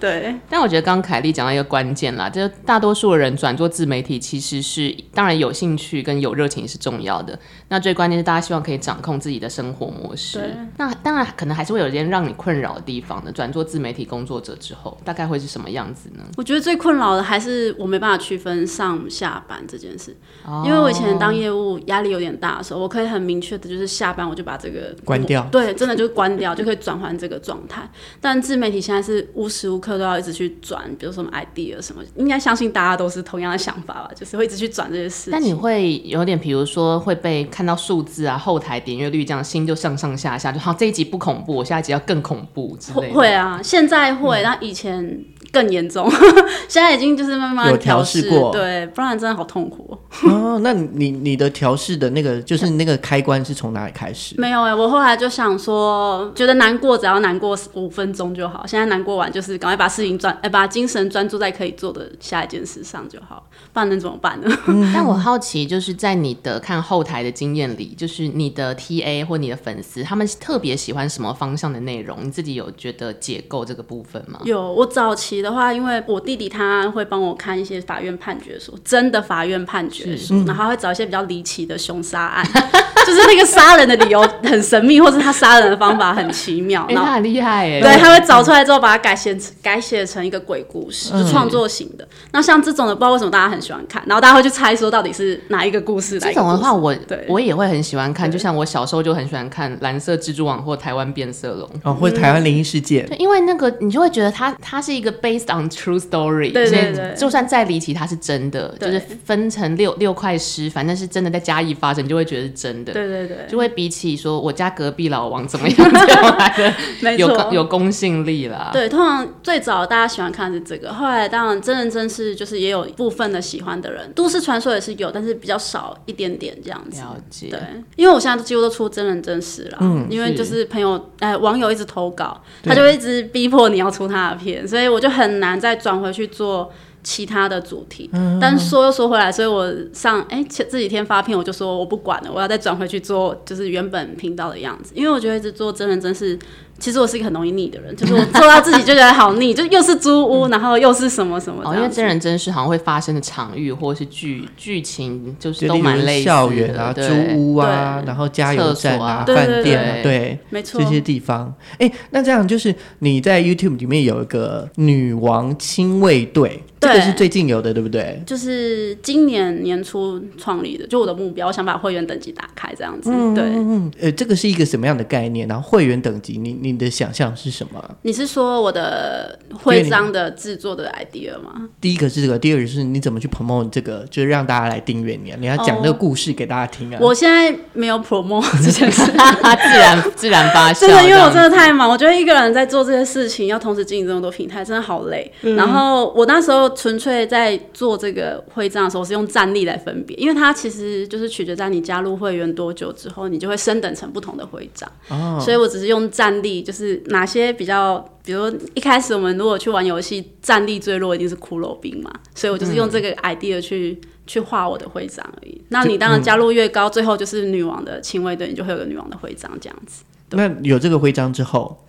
Speaker 3: 对，
Speaker 2: 但我觉得刚刚凯莉讲到一个关键啦，就是大多数的人转做自媒体，其实是当然有兴趣跟有热情是重要的。那最关键是大家希望可以掌控自己的生活模式
Speaker 3: 对。
Speaker 2: 那当然可能还是会有一些让你困扰的地方的。转做自媒体工作者之后，大概会是什么样子呢？
Speaker 3: 我觉得最困扰的还是我没办法区分上下班这件事，因为我以前
Speaker 2: 哦
Speaker 3: 当业务压力有点大的时候，我可以很明确的就是下班我就把这个
Speaker 1: 关掉
Speaker 3: 对，真的就关掉，就可以转换这个状态。但自媒体现在是无时无刻都要一直去转，比如说什么 idea 什么，应该相信大家都是同样的想法吧，就是会一直去转这些事情。
Speaker 2: 但你会有点，比如说会被看到数字啊、后台点阅率这样，心就上上下下，就好这一集不恐怖，我下一集要更恐怖之类
Speaker 3: 会
Speaker 2: 的。
Speaker 3: 会啊，现在会，但以前更严重， 现在已经就是慢慢
Speaker 1: 有调试
Speaker 3: 试
Speaker 1: 过
Speaker 3: 对，不然真的好痛苦哦、
Speaker 1: 哦，那你你的调试的那个，就是那个开关是从哪里开始？
Speaker 3: 没有哎、我后来就想说，觉得难过只要难过五分钟就好。现在难过完就是赶快把事情专，哎、把精神专注在可以做的下一件事上就好，不然能怎么 办呢？
Speaker 2: 但我好奇，就是在你的看后台的经验里，就是你的 TA 或你的粉丝，他们特别喜欢什么方向的内容？你自己有觉得解构这个部分吗？
Speaker 3: 有我早期的话，因为我弟弟他会帮我看一些法院判决书，真的法院判决书，然后他会找一些比较离奇的凶杀案， 就是那个杀人的理由很神秘，或是他杀人的方法很奇妙，
Speaker 2: 哎、
Speaker 3: 然后
Speaker 2: 他很厉害耶！
Speaker 3: 对，他会找出来之后，把它改写改写成一个鬼故事，
Speaker 2: 嗯
Speaker 3: 就创作型的。那像这种的，不知道为什么大家很喜欢看，然后大家会去猜说到底是哪一个故事。哪
Speaker 2: 这
Speaker 3: 一个
Speaker 2: 种的
Speaker 3: 故
Speaker 2: 话
Speaker 3: 事
Speaker 2: 我，
Speaker 3: 对
Speaker 2: 我也会很喜欢看，就像我小时候就很喜欢看《蓝色蜘蛛网》或《台湾变色龙》。
Speaker 1: 哦，或者台湾灵异事件，
Speaker 2: 对，因为那个你就会觉得它它是一个 based on true story，
Speaker 3: 对对
Speaker 2: 所
Speaker 3: 对
Speaker 2: 以就算再离奇，它是真的，就
Speaker 3: 对
Speaker 2: 是分成六六块尸，反正是真的在嘉义发生，你就会觉得是真的。
Speaker 3: 对对对，
Speaker 2: 就会比起说我家隔壁老王怎么样这样来的
Speaker 3: 没
Speaker 2: 有
Speaker 3: 错
Speaker 2: 公。有啊公信力啦。
Speaker 3: 对，通常最早大家喜欢看的是这个，后来当然真人真事就是也有部分的喜欢的人，都市传说也是有，但是比较少一点点这样子。
Speaker 2: 了解。
Speaker 3: 对，因为我现在几乎都出真人真事了，因为
Speaker 2: 嗯是
Speaker 3: 就是朋友呃网友一直投稿，
Speaker 1: 对
Speaker 3: 他就会一直逼迫你要出他的片，所以我就很难再转回去做其他的主题。
Speaker 2: 嗯
Speaker 3: 但是说又说回来，所以我上哎前这几天发片，我就说我不管了，我要再转回去做就是原本频道的样子，因为我觉得一直做真人真事。其实我是一个很容易腻的人，就是我做到自己就觉得好腻，就又是租屋，然后又是什么什么这
Speaker 2: 嗯哦，
Speaker 3: 样子。
Speaker 2: 因为真人真事好像会发生的场域或是剧剧情，就是
Speaker 1: 就
Speaker 2: 都
Speaker 1: 例
Speaker 2: 蛮
Speaker 1: 如
Speaker 2: 类似的。
Speaker 1: 校园啊、租
Speaker 2: 对
Speaker 1: 屋啊，
Speaker 3: 对
Speaker 1: 然后加油站啊、
Speaker 2: 厕
Speaker 3: 所啊
Speaker 1: 饭店啊，
Speaker 2: 对对
Speaker 1: 对。
Speaker 3: 没错
Speaker 1: 这，些地方，哎，那这样就是你在 YouTube 里面有一个女王亲卫队，这
Speaker 3: 对
Speaker 1: 个是最近有的，对不对？
Speaker 3: 就是今年年初创立的，就我的目标，我想把会员等级打开这样子。对，
Speaker 1: 嗯，呃，这个是一个什么样的概念？然后会员等级，你你的想象是什么？
Speaker 3: 你是说我的徽章的制作的 idea 吗？
Speaker 1: 第一个是这个，第二个是你怎么去 promote 这个，就是让大家来订阅你啊，你要讲这个故事给大家听啊。
Speaker 3: 我现在没有 promo 这件事。
Speaker 2: 自然自然发酵。
Speaker 3: 真的，因为我真
Speaker 2: 的
Speaker 3: 的太忙，我觉得一个人在做这些事情，要同时经营这么多平台，真的好累。然后我那时候纯粹在做这个徽章的时候，我是用战力来分别，因为它其实就是取决在你加入会员多久之后，你就会升等成不同的徽章。
Speaker 1: 哦
Speaker 3: 所以我只是用战力，就是哪些比较，比如说一开始我们如果去玩游戏，战力最弱一定是骷髅兵嘛，所以我就是用这个 idea 去、去画我的徽章而已。那你当然加入越高，最后就是女王的亲卫队，你就会有个女王的徽章这样子。
Speaker 1: 那有这个徽章之后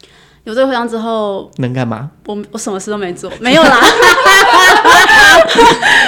Speaker 3: 有这个徽章之后，
Speaker 1: 能干嘛？
Speaker 3: 我我什么事都没做，没 有啦，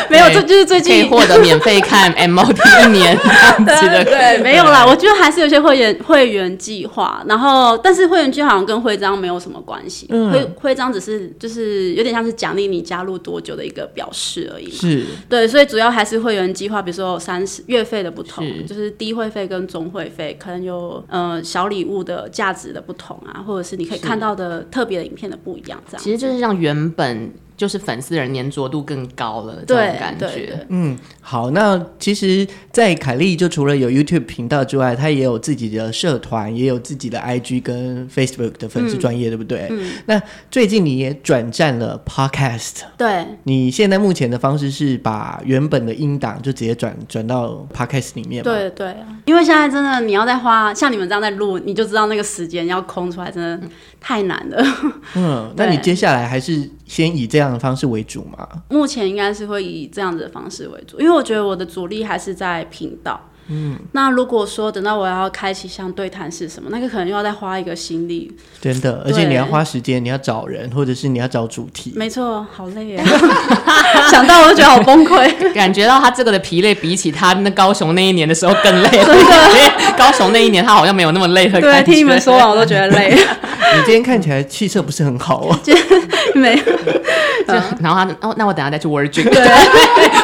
Speaker 3: 没有，这就是最
Speaker 2: 可以
Speaker 3: 近
Speaker 2: 获得免费 看 MOD 一年这样子的。
Speaker 3: 对对，没有啦，我觉得还是有些会员会员计划，然后但是会员计划好像跟徽章没有什么关系，
Speaker 2: 嗯
Speaker 3: 徽徽章只是就是有点像是奖励你加入多久的一个表示而已嘛。
Speaker 1: 是
Speaker 3: 对，所以主要还是会员计划，比如说有三十月费的不同，
Speaker 2: 是
Speaker 3: 就是低会费跟中会费，可能有呃小礼物的价值的不同啊，或者是你可以看到的特别的影片的不一样，这样。
Speaker 2: 其实就是让原本就是粉丝的人粘着度更高了这种
Speaker 3: 对
Speaker 2: 感
Speaker 3: 对
Speaker 2: 觉。
Speaker 3: 对，
Speaker 1: 嗯，好，那其实，在凯莉就除了有 YouTube 频道之外，她也有自己的社团，也有自己的 IG 跟 Facebook 的
Speaker 3: 嗯
Speaker 1: 粉丝专业，对不对？那最近你也转战了 Podcast，
Speaker 3: 对
Speaker 1: 你现在目前的方式是把原本的音档就直接转转到 Podcast 里面吗？，
Speaker 3: 对对啊，因为现在真的你要再花像你们这样在录，你就知道那个时间要空出来真的太难了。
Speaker 1: 嗯，那你
Speaker 3: 对
Speaker 1: 接下来还是先以这样的方式为主嘛？
Speaker 3: 目前应该是会以这样子的方式为主，因为我觉得我的主力还是在频道。嗯，那如果说等到我要开启像对谈是什么，那个可能又要再花一个心力。
Speaker 1: 真的，而
Speaker 3: 对
Speaker 1: 且你要花时间，你要找人，或者是你要找主题。
Speaker 3: 没错，好累啊，想到我就觉得好 崩溃。
Speaker 2: 感觉到他这个的疲累，比起他那高雄那一年的时候更累了。对，高雄那一年他好像没有那么累的感
Speaker 3: 对，
Speaker 2: 觉。
Speaker 3: 听你们说完我都觉得累。
Speaker 1: 你今天看起来气色不是很好 哦。
Speaker 3: 没有，嗯
Speaker 2: 就 然后他，哦，那我等下再去 Word Drink，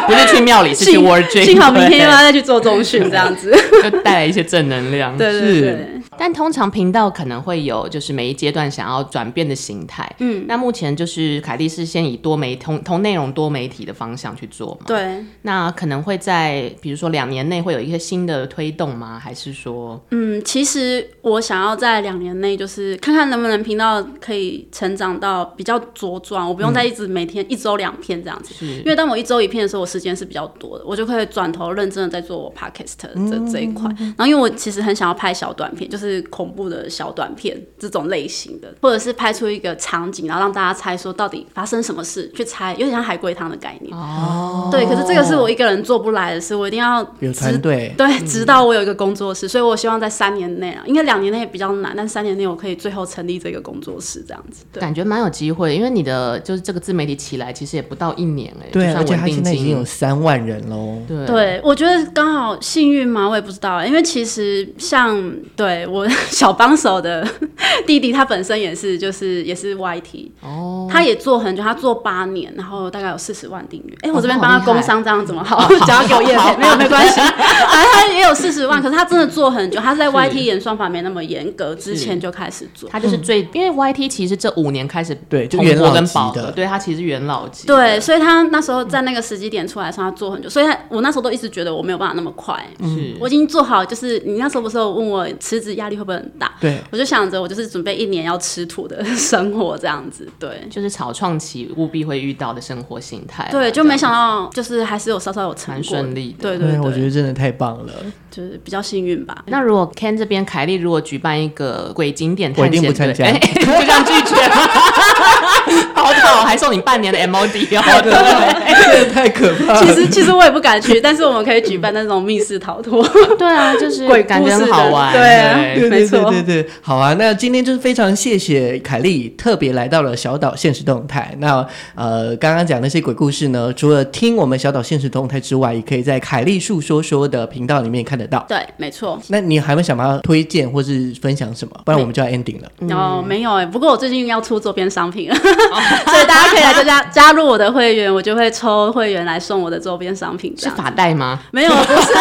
Speaker 2: 不 是去庙里，是去
Speaker 3: 幸
Speaker 2: Word Drink。
Speaker 3: 幸好明天又要再去做中训这样子。
Speaker 2: 对 就带来一些正能量。
Speaker 3: 对对
Speaker 1: 是
Speaker 3: 对，
Speaker 2: 但通常频道可能会有，就是每一阶段想要转变的形态。嗯，那目前就是凯蒂是先以多媒同同内容多媒体的方向去做嘛？
Speaker 3: 对。
Speaker 2: 那可能会在比如说两年内会有一些新的推动吗？还是说
Speaker 3: 嗯，其实我想要在两年内，就是看看能不能频道可以成长到比较茁壮，我不用再一直每天、一周两片这样子。因为当我一周一片的时候，我时间是比较多的，我就可以转头认真的在做我 podcast 的这、这一块。然后因为我其实很想要拍小短片，就是恐怖的小短片这种类型的，或者是拍出一个场景，然后让大家猜说到底发生什么事，去猜，有点像海龟汤的概念。
Speaker 2: 哦，
Speaker 3: 对，可是这个是我一个人做不来的事，我一定要
Speaker 1: 有
Speaker 3: 知
Speaker 1: 团队，
Speaker 2: 嗯
Speaker 3: 对，直到我有一个工作室，所以我希望在三年内啊，应该两年内比较难，但三年内我可以最后成立这个工作室这样子。对，
Speaker 2: 感觉蛮有机会，因为你的就是这个自媒体起来其实也不到一年哎、
Speaker 1: 对，啊
Speaker 2: 就
Speaker 1: 而
Speaker 2: 算
Speaker 1: 且他
Speaker 2: 稳
Speaker 1: 现
Speaker 2: 定
Speaker 1: 在已
Speaker 2: 经
Speaker 1: 经有
Speaker 2: 营。
Speaker 1: 三万人喽。
Speaker 2: 对
Speaker 3: 对我觉得刚好幸运嘛，我也不知道欸，因为其实像对我 小帮手的弟弟，他本身也是就是也是 YT，
Speaker 2: 哦，
Speaker 3: 他也做很久，他做八年，然后大概有四十万订阅。哎、我这边
Speaker 2: 哦
Speaker 3: 帮
Speaker 2: 好
Speaker 3: 他
Speaker 2: 厉害
Speaker 3: 工商这样怎 么好？只要给我业
Speaker 2: 好
Speaker 3: 配，没有 没关系。反正他也有四十万，可是他真的做很久，他是在 YT 演算法没那么严格之前就开始做。
Speaker 2: 他就是最、因为 YT 其实这五年开始
Speaker 1: 嗯对就
Speaker 2: 蓬
Speaker 1: 元老
Speaker 2: 勃跟
Speaker 1: 级
Speaker 2: 饱
Speaker 1: 的
Speaker 2: 和，对他其实元老级的。
Speaker 3: 对，所以他那时候在那个时机点出来的时候，他做很久，所以他我那时候都一直觉得我没有办法那么快，
Speaker 2: 是
Speaker 3: 我已经做好，就是你那时候不是有问我辞职压力会不会很大？
Speaker 1: 对，
Speaker 3: 我就想着我就是准备一年要吃土的生活这样子，对。
Speaker 2: 就是草创期务必会遇到的生活形态啦。
Speaker 3: 对，就没想
Speaker 2: 到
Speaker 3: 到，就是还是有稍稍有成
Speaker 2: 蛮
Speaker 3: 果，
Speaker 2: 顺利的
Speaker 3: 对对对，
Speaker 1: 我觉得真的太棒了，
Speaker 3: 就是比较幸运吧。
Speaker 2: 那如果 Ken 这边，凯莉如果举办一个鬼景点
Speaker 1: 我一
Speaker 2: 探
Speaker 1: 定
Speaker 2: 险
Speaker 1: 不
Speaker 2: 队，
Speaker 1: 参加
Speaker 2: 哎 就这样拒绝，好讨，还送你半年的 MOD 哦，对
Speaker 1: 这个太可怕
Speaker 3: 其
Speaker 1: 了。
Speaker 3: 实其实我也不敢去，但是我们可以举办那种密室逃 脱。
Speaker 2: 对啊，就是
Speaker 3: 鬼故
Speaker 2: 感觉很
Speaker 3: 事
Speaker 2: 好
Speaker 3: 的
Speaker 2: 玩，
Speaker 3: 对啊
Speaker 1: 对
Speaker 3: 没
Speaker 1: 对
Speaker 3: 错
Speaker 1: 对对对，好啊！那今天就是非常谢谢凯莉特别来到了小岛现实动态。那呃，刚刚讲那些鬼故事呢，除了听我们小岛现实动态之外，也可以在凯莉树说说的频道里面看得到。
Speaker 3: 对，没错。
Speaker 1: 那你还没想要推荐或是分享什么？不然我们就要 ending 了。
Speaker 2: 嗯
Speaker 3: 然后没有哎、不过我最近要出周边商品了，
Speaker 2: 哦
Speaker 3: 所以大家可以来加加入我的会员，我就会抽会员来送我的周边商品这
Speaker 2: 是
Speaker 3: 样。
Speaker 2: 发带吗？
Speaker 3: 没有，不是，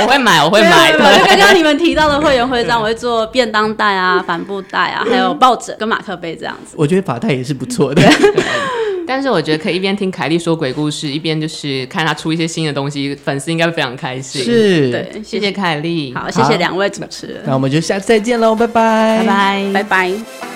Speaker 2: 我会买，我 会
Speaker 3: 没有，
Speaker 2: 买，
Speaker 3: 没有，就
Speaker 2: 对。
Speaker 3: 刚刚你们提到的会员徽章，我会做便当袋啊、帆布袋啊，还有抱枕跟马克杯这样子。
Speaker 1: 我觉得法泰也是不错的。
Speaker 2: 但是我觉得可以一边听凯莉说鬼故事，一边就是看她出一些新的东西，粉丝应该会非常开心。，
Speaker 1: 是，
Speaker 3: 对，
Speaker 2: 谢谢凯莉，
Speaker 3: 呃好，谢
Speaker 1: 好
Speaker 3: 谢两位主持人，
Speaker 1: 那我们就下次再见喽，拜拜，
Speaker 2: 拜拜，
Speaker 3: 拜拜。